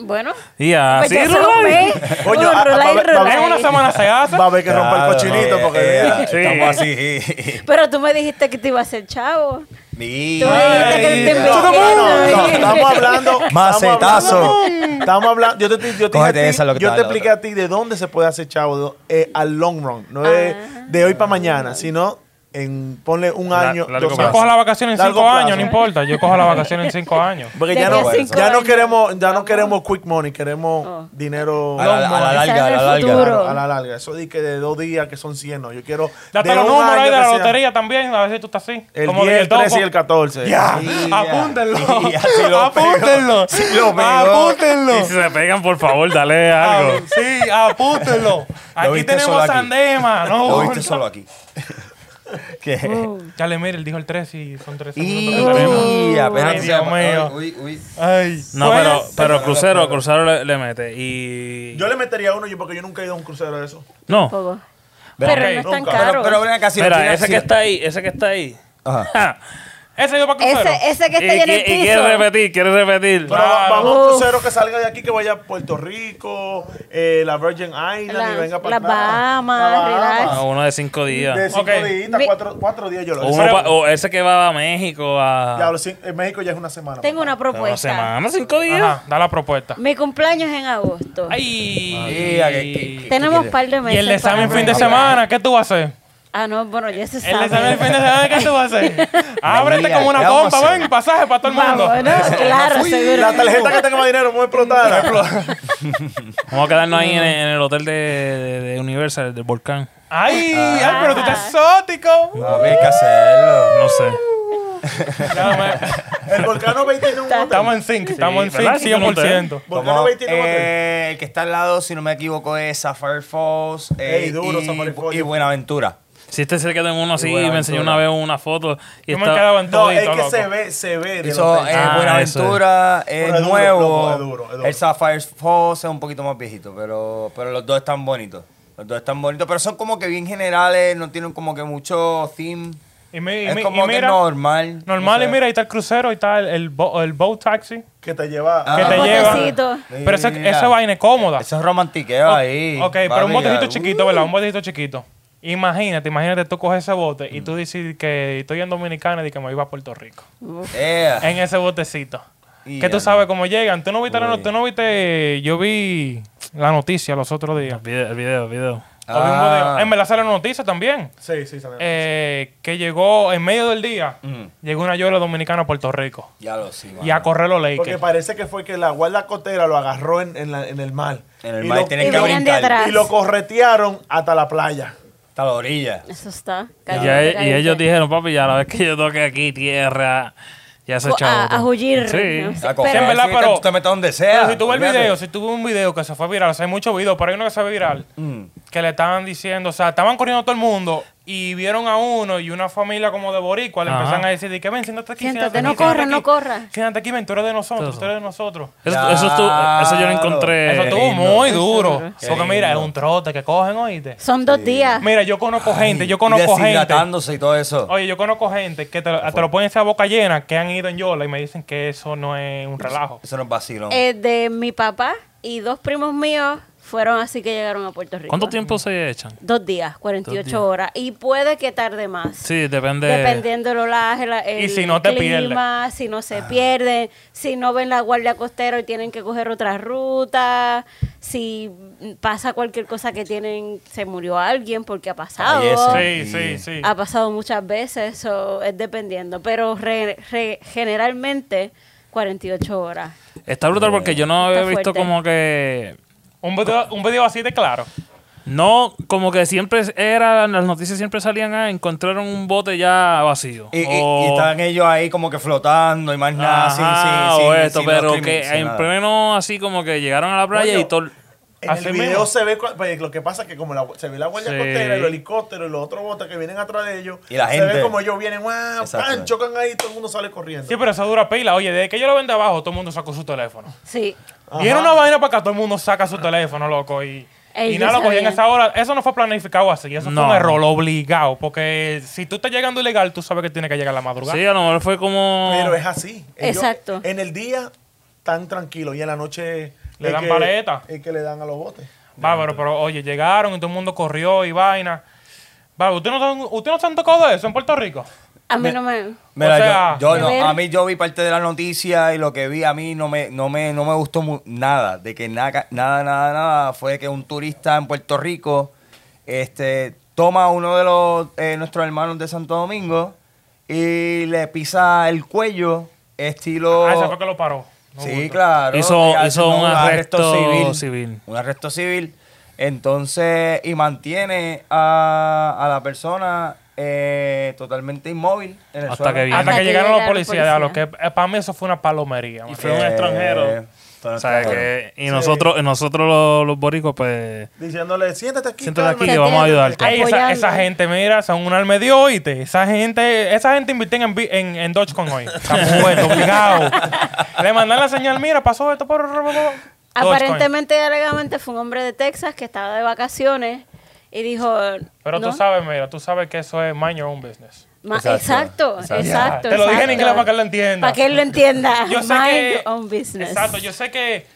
Speaker 3: Bueno,
Speaker 1: Y así,
Speaker 3: pues ya se lo
Speaker 1: Rubén.
Speaker 3: ve.
Speaker 5: Coño,
Speaker 3: Un
Speaker 5: ah, a- a-
Speaker 3: rulay,
Speaker 5: va- va-
Speaker 3: rulay.
Speaker 2: En una semana se hace.
Speaker 5: Va a haber que romper el cochinito porque...
Speaker 4: eh,
Speaker 1: Sí.
Speaker 4: Estamos así.
Speaker 3: Pero tú me dijiste que te iba a hacer chavo.
Speaker 4: Sí.
Speaker 3: Tú me dijiste que te
Speaker 5: No, no, no,
Speaker 3: invitaron.
Speaker 5: estamos hablando.
Speaker 4: Macetazo.
Speaker 5: Estamos hablando, estamos hablando- yo te, yo te dije a
Speaker 4: Cógete
Speaker 5: ti-
Speaker 4: esa, lo que
Speaker 5: yo
Speaker 4: te da
Speaker 5: te
Speaker 4: la
Speaker 5: expliqué a ti de dónde se puede hacer chavo eh, al long run. No es
Speaker 3: Ah.
Speaker 5: de hoy para mañana, sino en ponle un
Speaker 1: La-
Speaker 5: año.
Speaker 1: largo plazo.
Speaker 5: dos
Speaker 2: Yo
Speaker 5: años.
Speaker 2: cojo la vacación en
Speaker 5: Largo
Speaker 2: cinco
Speaker 5: plazo.
Speaker 2: años, no importa. Yo cojo la vacación en cinco años.
Speaker 5: Porque
Speaker 3: De
Speaker 5: ya
Speaker 3: aquí
Speaker 5: no,
Speaker 3: a cinco
Speaker 5: ya no
Speaker 3: años. Oh.
Speaker 5: queremos, ya no queremos quick money, queremos dinero
Speaker 4: A la, a la
Speaker 3: Ese
Speaker 4: larga, a
Speaker 3: es
Speaker 4: la
Speaker 3: el
Speaker 4: larga.
Speaker 3: futuro.
Speaker 5: claro, a la larga. Eso di que de dos días que son 100, no. Yo quiero.
Speaker 2: Date
Speaker 5: de
Speaker 2: los
Speaker 5: un
Speaker 2: números ahí de
Speaker 5: año
Speaker 2: la
Speaker 5: que sea
Speaker 2: lotería también, a ver si tú estás así.
Speaker 5: El
Speaker 2: Como
Speaker 5: 10, el 13 y
Speaker 2: Toco.
Speaker 5: el 14.
Speaker 2: Ya,
Speaker 4: Sí, ya.
Speaker 2: apúntenlo.
Speaker 4: Sí, ya, sí lo pegó.
Speaker 2: apúntenlo.
Speaker 4: Sí lo pegó.
Speaker 2: apúntenlo.
Speaker 1: Y si se pegan, por favor, dale
Speaker 5: Ah,
Speaker 1: algo.
Speaker 2: Sí, apúntenlo. Aquí
Speaker 4: viste solo
Speaker 2: tenemos
Speaker 4: aquí.
Speaker 2: Sandema,
Speaker 4: Lo
Speaker 2: ¿no?
Speaker 4: viste solo aquí.
Speaker 3: Uh,
Speaker 4: ¿Qué?
Speaker 2: Chale, mire, él dijo el 3 y son 13
Speaker 4: Y
Speaker 2: minutos de tema.
Speaker 4: apenas
Speaker 2: Ay, Dios mío.
Speaker 4: Uy, uy.
Speaker 2: Ay,
Speaker 1: No,
Speaker 2: pues,
Speaker 1: pero, pero
Speaker 4: pero-
Speaker 1: crucero, crucero le, le mete. Y.
Speaker 5: Yo le metería uno yo porque yo nunca he ido a un crucero de eso.
Speaker 1: No.
Speaker 3: Pero no es tan
Speaker 5: Nunca.
Speaker 3: caro.
Speaker 4: Pero, pero ven acá, si lo
Speaker 1: Mira,
Speaker 4: tiras-
Speaker 1: ese
Speaker 4: si
Speaker 1: que
Speaker 4: lo-
Speaker 1: está ahí, ese que está ahí.
Speaker 4: Ajá.
Speaker 2: Ese yo para crucero.
Speaker 3: Ese, ese Ah. que
Speaker 1: Y,
Speaker 3: está lleno
Speaker 1: qui-
Speaker 3: el
Speaker 1: y quiere
Speaker 3: piso.
Speaker 1: repetir, quiere repetir.
Speaker 5: Pero va- vamos a
Speaker 3: Uf.
Speaker 5: un crucero que salga de aquí, que vaya a Puerto Rico, eh, la Virgin Island
Speaker 3: La-
Speaker 5: y venga para
Speaker 3: las Bahamas,
Speaker 1: Ah, uno de cinco días.
Speaker 5: De cinco
Speaker 2: Ok.
Speaker 5: días,
Speaker 3: Mi-
Speaker 5: cuatro, cuatro días yo lo
Speaker 1: O, uno pa- o ese que va a México a.
Speaker 5: Ya, en México ya es una semana.
Speaker 3: Tengo una
Speaker 5: papá.
Speaker 1: Una
Speaker 3: propuesta.
Speaker 1: semana, cinco días.
Speaker 2: Ajá, da la propuesta.
Speaker 3: Mi cumpleaños es en agosto.
Speaker 2: Ay.
Speaker 4: Mira, que- que- que-
Speaker 3: Tenemos
Speaker 4: que-
Speaker 3: par de meses.
Speaker 2: Y el examen
Speaker 3: para
Speaker 2: fin de
Speaker 3: preparar.
Speaker 2: semana, ¿qué tú vas a hacer?
Speaker 3: Ah, no, bueno, ya se
Speaker 2: El
Speaker 3: sabe.
Speaker 2: examen fin de semana, ¿qué tú vas a hacer? Ábrete
Speaker 4: María,
Speaker 2: como una
Speaker 4: ¿qué vamos a
Speaker 2: bomba,
Speaker 4: hacer?
Speaker 2: ven, pasaje para todo el mundo.
Speaker 3: Vámonos, Ah, claro, seguro.
Speaker 5: La tarjeta que tenga más dinero, vamos a explotar.
Speaker 1: Vamos a quedarnos ahí en, el- en el hotel de, de- de Universal, del volcán.
Speaker 2: Ay, ay, pero tú estás exótico.
Speaker 4: No, había que hacerlo.
Speaker 1: No sé.
Speaker 2: Ya, pues. me-
Speaker 5: El volcano 29 un hotel.
Speaker 2: Estamos en sync, estamos en sync
Speaker 1: ¿verdad? Sí, como
Speaker 2: 100%.
Speaker 5: Volcano
Speaker 4: Como,
Speaker 5: 29 hotel.
Speaker 4: eh, el que está al lado, si no me equivoco, es Sapphire Falls. eh,
Speaker 5: Ey, duro,
Speaker 4: y,
Speaker 5: Sapphire Falls.
Speaker 4: y Buenaventura.
Speaker 1: Si este se quedó en uno así,
Speaker 4: Qué buena
Speaker 1: me enseñó
Speaker 4: aventura.
Speaker 1: una vez una foto. Y
Speaker 2: Yo me
Speaker 1: está-
Speaker 2: quedaba en
Speaker 5: No,
Speaker 2: todo
Speaker 5: es que se ve, se ve. del
Speaker 4: Eso,
Speaker 5: hotel.
Speaker 4: eh,
Speaker 1: Ah,
Speaker 4: Buenaventura es,
Speaker 5: Bueno, es duro,
Speaker 4: nuevo.
Speaker 5: loco, es duro, es duro.
Speaker 4: El Sapphire Falls es un poquito más viejito, pero, pero los dos están bonitos. Los dos están bonitos, pero son como que bien generales, no tienen como que mucho theme.
Speaker 2: Y, mi- y
Speaker 4: es
Speaker 2: mi-
Speaker 4: como
Speaker 2: y
Speaker 4: que
Speaker 2: mira,
Speaker 4: normal.
Speaker 2: normal,
Speaker 4: no
Speaker 2: y
Speaker 4: sé.
Speaker 2: mira, ahí está el crucero, ahí está el, el, bo- el boat taxi.
Speaker 5: que te lleva.
Speaker 4: Ah.
Speaker 2: que te
Speaker 3: Un
Speaker 2: lleva.
Speaker 3: botecito.
Speaker 2: Pero esa,
Speaker 4: Mira.
Speaker 2: esa vaina es cómoda.
Speaker 4: Eso es romantiqueo ahí.
Speaker 2: Ok, pero un
Speaker 4: papi,
Speaker 2: botecito
Speaker 4: uh,
Speaker 2: chiquito, ¿verdad? Un botecito chiquito. Imagínate, imagínate tú coges ese bote
Speaker 4: Mm.
Speaker 2: y tú dices que estoy en Dominicana y que me iba a Puerto Rico.
Speaker 4: yeah.
Speaker 2: En ese botecito.
Speaker 4: Y
Speaker 2: que tú
Speaker 4: ya,
Speaker 2: sabes cómo llegan. Tú no viste, la no-
Speaker 4: Uy.
Speaker 2: tú no viste yo vi la noticia los otros días.
Speaker 1: El video, el video. el video.
Speaker 2: O vi un
Speaker 4: Ah.
Speaker 2: video- En verdad sale la noticia también.
Speaker 5: Sí, sí, sale.
Speaker 2: eh, que llegó en medio del día, llegó una yola dominicana a Puerto Rico.
Speaker 4: Ya lo sí, mano.
Speaker 2: Y a correr los
Speaker 5: Porque
Speaker 2: Lakers.
Speaker 5: parece que fue que la guarda costera lo agarró en, en la- en el mar.
Speaker 4: En el
Speaker 5: Y
Speaker 4: mar
Speaker 5: lo-
Speaker 4: tienen
Speaker 3: Y
Speaker 4: que
Speaker 3: venían de
Speaker 4: brincar.
Speaker 3: atrás.
Speaker 5: y lo corretearon hasta la playa.
Speaker 4: Hasta la orilla.
Speaker 3: Eso está.
Speaker 1: Y,
Speaker 3: caliente,
Speaker 1: ya- y
Speaker 3: caliente.
Speaker 1: ellos dijeron, papi, ya la vez que yo toque aquí tierra, ya se
Speaker 3: Co-
Speaker 1: echaba.
Speaker 3: a- a huyir,
Speaker 1: Sí.
Speaker 3: ¿no? Sí,
Speaker 4: A
Speaker 3: pero-
Speaker 4: coger,
Speaker 2: Sí, en verdad,
Speaker 4: sí, te-
Speaker 2: pero-
Speaker 4: tú te metes donde sea.
Speaker 2: Pero si tú ves el
Speaker 4: olvídate.
Speaker 2: video, si tú ves un video que se fue viral, o sea, hay muchos videos, pero hay uno que se ve viral,
Speaker 4: Mm.
Speaker 2: que le estaban diciendo, o sea, estaban corriendo todo el mundo y vieron a uno y una familia como de boricua, le
Speaker 1: Ajá.
Speaker 2: empezaron a decir, de que ven, siéntate aquí,
Speaker 3: Siéntate,
Speaker 2: siéntate
Speaker 3: no
Speaker 2: aquí, siéntate
Speaker 3: corras, no
Speaker 2: aquí,
Speaker 3: corras.
Speaker 2: Siéntate aquí, ven, tú eres de nosotros, tú eres de nosotros.
Speaker 1: Eso, eso, estuvo- eso yo lo encontré.
Speaker 2: Eso
Speaker 4: Qué
Speaker 2: estuvo
Speaker 4: lindo.
Speaker 2: muy duro.
Speaker 4: Qué
Speaker 2: Porque mira, es
Speaker 4: lindo.
Speaker 2: un trote que cogen, oíste.
Speaker 3: Son dos días.
Speaker 2: Mira, yo conozco gente, yo
Speaker 4: Y
Speaker 2: conozco gente.
Speaker 4: Deshidratándose y todo eso.
Speaker 2: Oye, yo conozco gente que te, lo- te lo ponen esa boca llena que han ido en Yola y me dicen que eso no es un relajo.
Speaker 4: Eso no es vacilón.
Speaker 3: Eh, de mi papá y dos primos míos fueron así que llegaron a Puerto Rico.
Speaker 1: ¿Cuánto tiempo se echan?
Speaker 3: Dos días, 48 horas. Y puede que tarde más.
Speaker 1: Sí, depende.
Speaker 3: Dependiendo del olaje, la- el
Speaker 2: si no te
Speaker 3: clima, si no
Speaker 1: Ah.
Speaker 3: se pierden, si no ven la guardia costera y tienen que coger otra ruta, si pasa cualquier cosa que tienen, se murió alguien porque ha pasado.
Speaker 4: Ay, eso.
Speaker 2: Sí, sí, sí.
Speaker 3: Ha pasado muchas veces, eso es dependiendo, pero re- re- generalmente 48 horas.
Speaker 1: Está brutal porque yo no
Speaker 3: Está
Speaker 1: había visto
Speaker 3: fuerte.
Speaker 1: como que.
Speaker 2: Un video, un video así de claro.
Speaker 1: No, como que siempre era, las noticias siempre salían a encontraron un bote ya vacío.
Speaker 4: Y, y-
Speaker 1: O-
Speaker 2: Oh.
Speaker 4: y están ellos ahí como que flotando y más nada. sin-
Speaker 1: Ajá,
Speaker 4: sin-
Speaker 1: Ah, o
Speaker 4: sin-
Speaker 1: esto,
Speaker 4: sin
Speaker 1: pero
Speaker 4: crimen,
Speaker 1: que
Speaker 4: sin
Speaker 1: en
Speaker 4: nada.
Speaker 1: pleno así como que llegaron a la playa
Speaker 5: Coño.
Speaker 1: y todo.
Speaker 5: En
Speaker 2: Así
Speaker 5: el
Speaker 2: mismo.
Speaker 5: video se ve, cua- pues, lo que pasa es que como la- se ve la guardia
Speaker 1: Sí.
Speaker 5: costera, el helicóptero y los otros botes que vienen atrás de ellos,
Speaker 4: Y la
Speaker 5: se
Speaker 4: gente.
Speaker 5: ve como ellos vienen, ¡guau!
Speaker 4: Exacto.
Speaker 5: ¡pam! chocan ahí y todo el mundo sale corriendo.
Speaker 2: Sí, pero esa dura pila. Oye, desde que yo lo vende abajo, todo el mundo sacó su teléfono.
Speaker 3: Sí.
Speaker 5: Ajá.
Speaker 2: Viene una vaina para acá, todo el mundo saca su teléfono, loco. Y,
Speaker 3: Ey,
Speaker 2: y
Speaker 3: yo
Speaker 2: nada, lo cogí en
Speaker 3: sabía.
Speaker 2: esa hora. Eso no fue planificado así. Eso fue
Speaker 1: No.
Speaker 2: un error obligado. Porque si tú estás llegando ilegal, tú sabes que tienes que llegar a la madrugada.
Speaker 1: Sí, a lo mejor fue como.
Speaker 5: Pero es así. Ellos
Speaker 3: Exacto.
Speaker 5: En el día tan tranquilo y en la noche
Speaker 2: Le
Speaker 5: es
Speaker 2: dan
Speaker 5: que-
Speaker 2: paleta.
Speaker 5: Es que le dan a los botes.
Speaker 2: Bárbaro, pero oye, llegaron y todo el mundo corrió y vaina. Bárbaro, ¿ustedes no, se han- ¿ustedes no se han tocado de eso en Puerto Rico?
Speaker 3: A mí no me...
Speaker 4: Mira,
Speaker 2: O sea,
Speaker 4: yo, yo
Speaker 3: a
Speaker 4: no,
Speaker 3: ver.
Speaker 4: a mí yo vi parte de la noticia y lo que vi a mí no me, no me, no me gustó mu- nada, de que naca- nada, nada, nada, fue que un turista en Puerto Rico este, toma a uno de los, eh, nuestros hermanos de Santo Domingo y le pisa el cuello, estilo...
Speaker 2: Ah, ese fue que lo paró. No
Speaker 4: Sí,
Speaker 2: bulto.
Speaker 4: claro.
Speaker 1: Hizo-
Speaker 4: Ella
Speaker 1: hizo
Speaker 4: hace
Speaker 1: un arresto civil.
Speaker 4: Un arresto civil. Entonces, y mantiene a, a la persona eh, totalmente inmóvil en el
Speaker 1: Hasta
Speaker 4: suelo.
Speaker 1: que viene.
Speaker 2: Hasta que,
Speaker 3: que
Speaker 2: llegaron los
Speaker 3: llegaron los
Speaker 2: policías, a lo que
Speaker 3: policías.
Speaker 2: eh, para mí eso fue una
Speaker 1: Y
Speaker 2: palomería. mano.
Speaker 1: fue un
Speaker 4: Eh,
Speaker 1: extranjero.
Speaker 4: fue un
Speaker 1: O sea,
Speaker 4: extranjero.
Speaker 1: que- y nosotros, y nosotros los, los boricos, pues.
Speaker 5: Diciéndole, siéntate aquí.
Speaker 1: Siéntate aquí
Speaker 5: cálmate".
Speaker 1: que vamos a ayudarte.
Speaker 2: Ay, esa,
Speaker 3: apoyando.
Speaker 2: esa gente, mira, son un alma de oíste. Esa gente, esa gente invirtió en, bi- en, en Dogecoin hoy. Está muerto, obligado. Le mandan la señal, mira, pasó esto por...
Speaker 3: Aparentemente y alegadamente fue un hombre de Texas que estaba de vacaciones y dijo...
Speaker 2: Pero
Speaker 3: "No".
Speaker 2: tú sabes, mira, tú sabes que eso es mind your own business. Ah,
Speaker 3: Ma-
Speaker 4: Exacto.
Speaker 3: exacto, exacto,
Speaker 4: Exacto.
Speaker 2: Te lo dije en
Speaker 3: exacto.
Speaker 2: inglés para que él lo entienda.
Speaker 3: Para que él lo entienda.
Speaker 2: yo sé
Speaker 3: Mind
Speaker 2: que,
Speaker 3: your own business.
Speaker 2: Exacto, yo sé que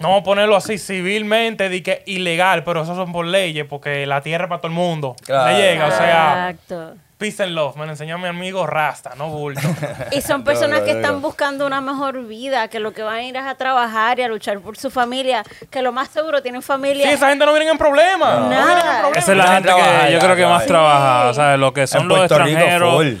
Speaker 2: no vamos a ponerlo así civilmente, di que ilegal, pero eso son por leyes, porque la tierra es para todo el mundo.
Speaker 4: Claro.
Speaker 2: Le llega, o sea,
Speaker 3: Exacto.
Speaker 2: peace and love. Me lo enseñó mi amigo Rasta, no bulto.
Speaker 3: Y son personas que están buscando una mejor vida, que lo que van a ir es a trabajar y a luchar por su familia, que lo más seguro tienen
Speaker 2: sí,
Speaker 3: familia.
Speaker 2: esa gente no viene en problemas. No,
Speaker 3: Nada.
Speaker 2: vienen en problemas.
Speaker 1: Esa es la
Speaker 4: Ya
Speaker 1: gente
Speaker 4: trabaja,
Speaker 1: que yo
Speaker 4: ya
Speaker 1: creo que más
Speaker 4: trabaja.
Speaker 1: trabaja. O sea, lo que son los
Speaker 4: Puerto Rico,
Speaker 1: extranjeros
Speaker 4: full.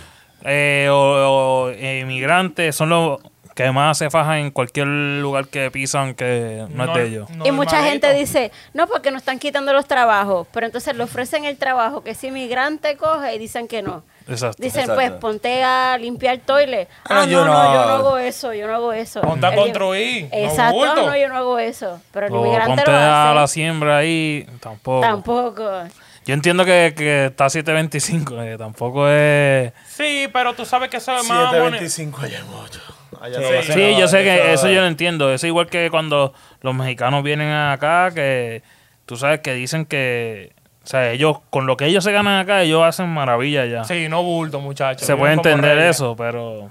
Speaker 1: eh, o, o, eh, inmigrantes son los que más se fajan en cualquier lugar que pisan que no, es de ellos.
Speaker 2: no,
Speaker 3: y mucha
Speaker 2: hermanito.
Speaker 3: gente dice, no, porque nos están quitando los trabajos, pero entonces le ofrecen el trabajo que ese inmigrante coge y dicen que no.
Speaker 1: Exacto.
Speaker 3: Dicen,
Speaker 4: Exacto.
Speaker 3: pues ponte a limpiar toilet.
Speaker 4: Ah,
Speaker 3: Ah,
Speaker 4: yo
Speaker 3: no, no,
Speaker 4: no.
Speaker 3: yo no hago eso, yo no hago eso.
Speaker 2: Ponte a
Speaker 3: El in-
Speaker 2: construir, no
Speaker 3: Exacto, "Ah,
Speaker 2: bulto".
Speaker 3: no, yo no hago eso. Pero el
Speaker 1: O
Speaker 3: inmigrante
Speaker 1: ponte
Speaker 3: lo
Speaker 1: a la
Speaker 3: hace.
Speaker 1: siembra ahí, tampoco.
Speaker 3: Tampoco.
Speaker 1: Yo entiendo que, que está a 725, eh, tampoco es...
Speaker 2: Sí, pero tú sabes que eso es más... mone-
Speaker 5: 725 allá en mucho. Ah, Allá se va a hacer
Speaker 1: Sí,
Speaker 4: no,
Speaker 1: yo sé
Speaker 4: eso-
Speaker 1: que eso yo lo entiendo. Es igual que cuando los mexicanos vienen acá, que tú sabes que dicen que... O sea, ellos, con lo que ellos se ganan acá, ellos hacen maravilla ya.
Speaker 2: Sí, no bulto, muchachos.
Speaker 1: se puede
Speaker 2: Vienen como
Speaker 1: entender
Speaker 2: reyes.
Speaker 1: eso, pero...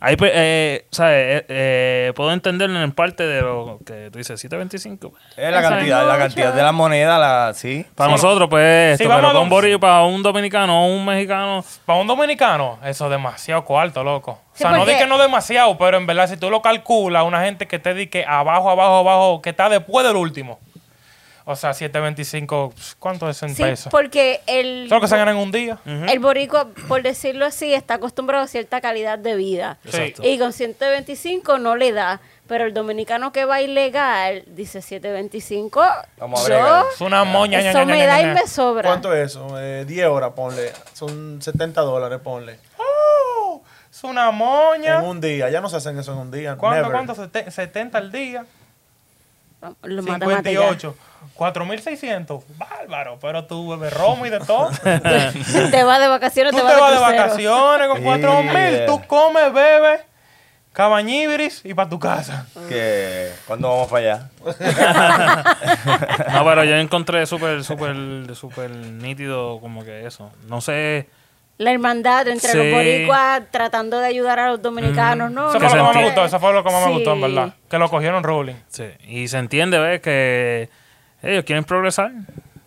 Speaker 1: Ahí, pues, eh, ¿sabes? Eh, eh, puedo entenderlo en parte de lo que tú dices, 725. pues.
Speaker 4: Es Eh,
Speaker 3: Eso
Speaker 4: la
Speaker 3: es
Speaker 4: cantidad, la
Speaker 3: mucho. eh.
Speaker 4: cantidad de la moneda, la sí.
Speaker 1: Para nosotros, pues,
Speaker 2: Sí,
Speaker 1: esto,
Speaker 2: vamos
Speaker 1: pero
Speaker 2: a
Speaker 1: para
Speaker 2: los-
Speaker 1: un borrillo, para un dominicano o un mexicano,
Speaker 2: Para un dominicano, eso es demasiado cuarto, loco.
Speaker 3: Sí,
Speaker 2: o sea, no
Speaker 3: porque-
Speaker 2: di que no demasiado, pero en verdad, si tú lo calculas, una gente que te di que abajo, abajo, abajo, que está después del último. O sea, 7.25, pss, ¿cuánto es en
Speaker 3: Sí,
Speaker 2: pesos?
Speaker 3: porque el...
Speaker 2: Solo que se ganan en un día.
Speaker 3: El boricua, por decirlo así, está acostumbrado a cierta calidad de vida.
Speaker 1: Exacto.
Speaker 3: Y con 125 no le da. Pero el dominicano que va ilegal dice 725.
Speaker 4: Vamos a bregar.
Speaker 3: yo,
Speaker 2: Es una moña. ña, ña,
Speaker 3: eso
Speaker 2: ña,
Speaker 3: me
Speaker 2: ña,
Speaker 3: da y
Speaker 2: ña.
Speaker 3: me sobra.
Speaker 5: ¿Cuánto es eso? Eh, 10 horas, ponle. Son 70 dólares, ponle.
Speaker 2: Oh, es una moña.
Speaker 5: En un día. Ya no se hacen eso en un día.
Speaker 2: ¿Cuánto,
Speaker 5: never.
Speaker 2: cuánto? Sete- 70 al día.
Speaker 3: Lo mata, mata ya.
Speaker 2: 58. 4.600. Bárbaro. Pero tú bebes romo y de todo.
Speaker 3: te vas de vacaciones,
Speaker 2: Tú
Speaker 3: te
Speaker 2: te
Speaker 3: vas
Speaker 2: vas de
Speaker 3: crucero.
Speaker 2: vacaciones con cuatro
Speaker 4: Yeah.
Speaker 2: mil, tú comes, bebes, cabañibris y para tu casa.
Speaker 4: Que cuando vamos para allá.
Speaker 2: Pues,
Speaker 1: No, pero yo encontré súper, súper, súper nítido como que eso. No sé.
Speaker 3: La hermandad entre
Speaker 1: Sí.
Speaker 3: los boricuas tratando de ayudar a los dominicanos. No,
Speaker 2: Eso
Speaker 1: Que
Speaker 2: fue
Speaker 1: se
Speaker 2: lo que más me
Speaker 1: entiende.
Speaker 2: gustó, eso fue lo que más me
Speaker 3: Sí.
Speaker 2: gustó, en verdad. Que lo cogieron rolling.
Speaker 1: sí, Y se entiende, ¿ves? Que ellos quieren progresar.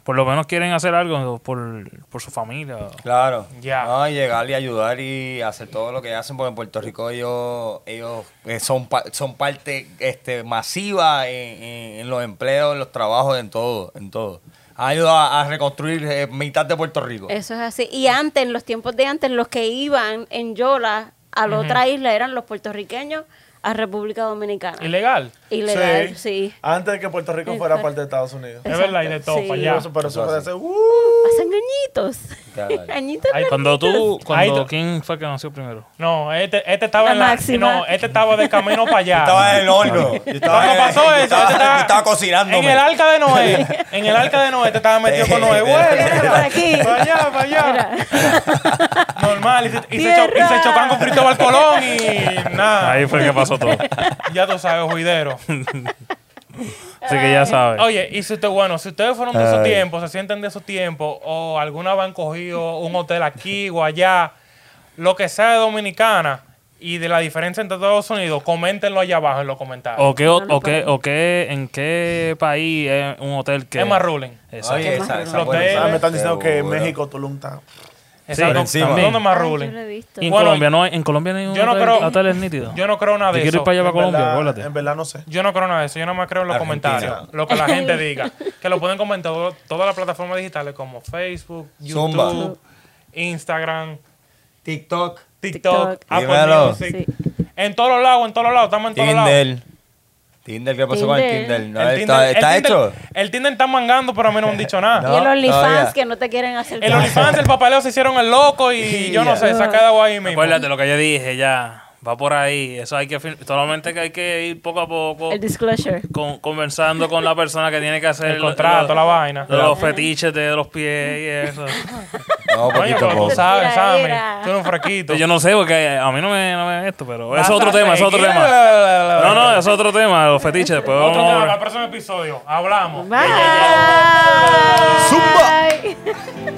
Speaker 1: Por lo menos quieren hacer algo por, por su familia.
Speaker 4: Claro.
Speaker 2: Ya.
Speaker 4: No, y llegar y ayudar y hacer todo lo que hacen, porque en Puerto Rico ellos, ellos eh, son, pa- son parte este, masiva en, en- en los empleos, en los trabajos, en todo, en todo. Ha ayudado a, a reconstruir eh, mitad de Puerto Rico.
Speaker 3: Eso es así. Y antes, en los tiempos de antes, los que iban en Yola a la otra isla eran los puertorriqueños a República Dominicana.
Speaker 2: Ilegal.
Speaker 3: Ilegal, sí.
Speaker 5: Antes de que Puerto Rico fuera parte de Estados Unidos.
Speaker 1: Eh,
Speaker 2: Es verdad, y de todo,
Speaker 3: Sí.
Speaker 2: para
Speaker 5: Pero
Speaker 2: allá.
Speaker 5: eso, pero eso
Speaker 4: Eso
Speaker 5: puede
Speaker 4: hace.
Speaker 5: ser, ¡uh!
Speaker 3: Hacen añitos.
Speaker 4: Caray.
Speaker 3: añitos.
Speaker 2: Ahí-
Speaker 1: Cuando tú.
Speaker 2: Ahí
Speaker 1: Cuando,
Speaker 2: tú-
Speaker 1: ¿Quién fue que nació primero?
Speaker 2: No, este, este estaba
Speaker 3: La
Speaker 2: en la,
Speaker 3: máxima.
Speaker 2: no, este estaba de camino para allá.
Speaker 4: Estaba en el horno. Yo estaba
Speaker 2: Cuando
Speaker 4: en-
Speaker 2: pasó
Speaker 4: yo
Speaker 2: eso,
Speaker 4: estaba,
Speaker 2: este estaba,
Speaker 4: yo estaba cocinándome.
Speaker 2: En el arca de Noé. En el arca de Noé, este estaba metido con Noé.
Speaker 4: Sí,
Speaker 2: Bueno,
Speaker 4: sí,
Speaker 3: sí.
Speaker 2: para
Speaker 3: Aquí.
Speaker 2: para allá, para allá. Normal. Y se, y se cho- y se
Speaker 3: Tierra.
Speaker 2: chocan con Cristóbal Colón y nada.
Speaker 1: Ahí fue que pasó todo.
Speaker 2: Ya tú sabes, juidero.
Speaker 1: Así que ya sabes.
Speaker 2: Oye, y si usted, bueno, si ustedes fueron de esos tiempos, se sienten de esos tiempos, o alguna van cogido un hotel aquí o allá, lo que sea de Dominicana y de la diferencia entre Estados Unidos, coméntenlo allá abajo en los comentarios.
Speaker 1: ¿O qué, o, o qué, o qué, en qué país es un hotel que.
Speaker 2: Es más ruling.
Speaker 1: Exacto.
Speaker 4: Oye, esa- esa
Speaker 2: Los
Speaker 4: buena,
Speaker 2: de-
Speaker 4: esa
Speaker 5: Ah, me están diciendo que
Speaker 4: seguro.
Speaker 5: México, Tulum está.
Speaker 1: por encima.
Speaker 2: ¿Dónde más
Speaker 3: Ay, yo
Speaker 2: ruling?
Speaker 3: lo he visto.
Speaker 1: Y en,
Speaker 2: Bueno,
Speaker 1: Colombia no hay, en Colombia no hay un
Speaker 2: yo no
Speaker 1: hotel,
Speaker 2: creo-
Speaker 1: hoteles nítidos.
Speaker 2: Yo no creo nada
Speaker 1: Te
Speaker 2: de
Speaker 1: quiero
Speaker 2: eso.
Speaker 1: ir para allá, para
Speaker 5: En
Speaker 1: Colombia,
Speaker 5: verdad-
Speaker 1: acuérdate.
Speaker 5: En verdad no sé.
Speaker 2: Yo no creo nada de eso. Yo no más creo en los
Speaker 4: Argentina.
Speaker 2: comentarios. Lo que la gente diga. Que lo pueden comentar todo- todas las plataformas digitales como Facebook, YouTube,
Speaker 4: Zumba.
Speaker 2: Instagram,
Speaker 4: TikTok.
Speaker 2: TikTok,
Speaker 3: TikTok.
Speaker 4: Dímelo.
Speaker 2: Apple Music.
Speaker 3: Sí.
Speaker 2: En todos los lados, en todos los lados. Estamos en todos lados.
Speaker 4: Tinder. Tinder, ¿qué pasó con el
Speaker 3: Tinder.
Speaker 4: Tinder? No,
Speaker 2: El
Speaker 4: está
Speaker 2: Tinder-
Speaker 4: está
Speaker 2: el Tinder-
Speaker 4: hecho.
Speaker 2: El Tinder está mangando, pero a mí no me han dicho nada.
Speaker 4: No,
Speaker 3: y el
Speaker 4: todavía.
Speaker 3: OnlyFans que no te quieren hacer
Speaker 2: El OnlyFans, el papeleo se hicieron el loco y yo no sé, se ha quedado ahí mismo.
Speaker 1: Acuérdate lo que yo dije, ya. Va por ahí. Eso hay que. fir- Solamente que hay que ir poco a poco.
Speaker 3: el disclosure.
Speaker 1: con- conversando con la persona que tiene que hacer
Speaker 2: El contrato, la vaina.
Speaker 1: lo- los fetiches de los pies y eso.
Speaker 4: No,
Speaker 2: Coño,
Speaker 4: poquito a
Speaker 2: pero tú
Speaker 4: poco.
Speaker 2: sabes, sabes.
Speaker 3: Tiradera.
Speaker 2: Tú eres un fraquito.
Speaker 1: Yo no sé, porque a mí no me, no me esto, pero
Speaker 2: Vas
Speaker 1: es otro
Speaker 2: a
Speaker 1: tema, es otro
Speaker 2: seguir.
Speaker 1: tema. No, no, es otro tema, los fetiches. Después
Speaker 2: Otro
Speaker 1: vamos a
Speaker 2: tema, para
Speaker 1: hablar.
Speaker 2: el próximo episodio. Hablamos.
Speaker 3: Bye.
Speaker 4: Zumba.
Speaker 3: Bye.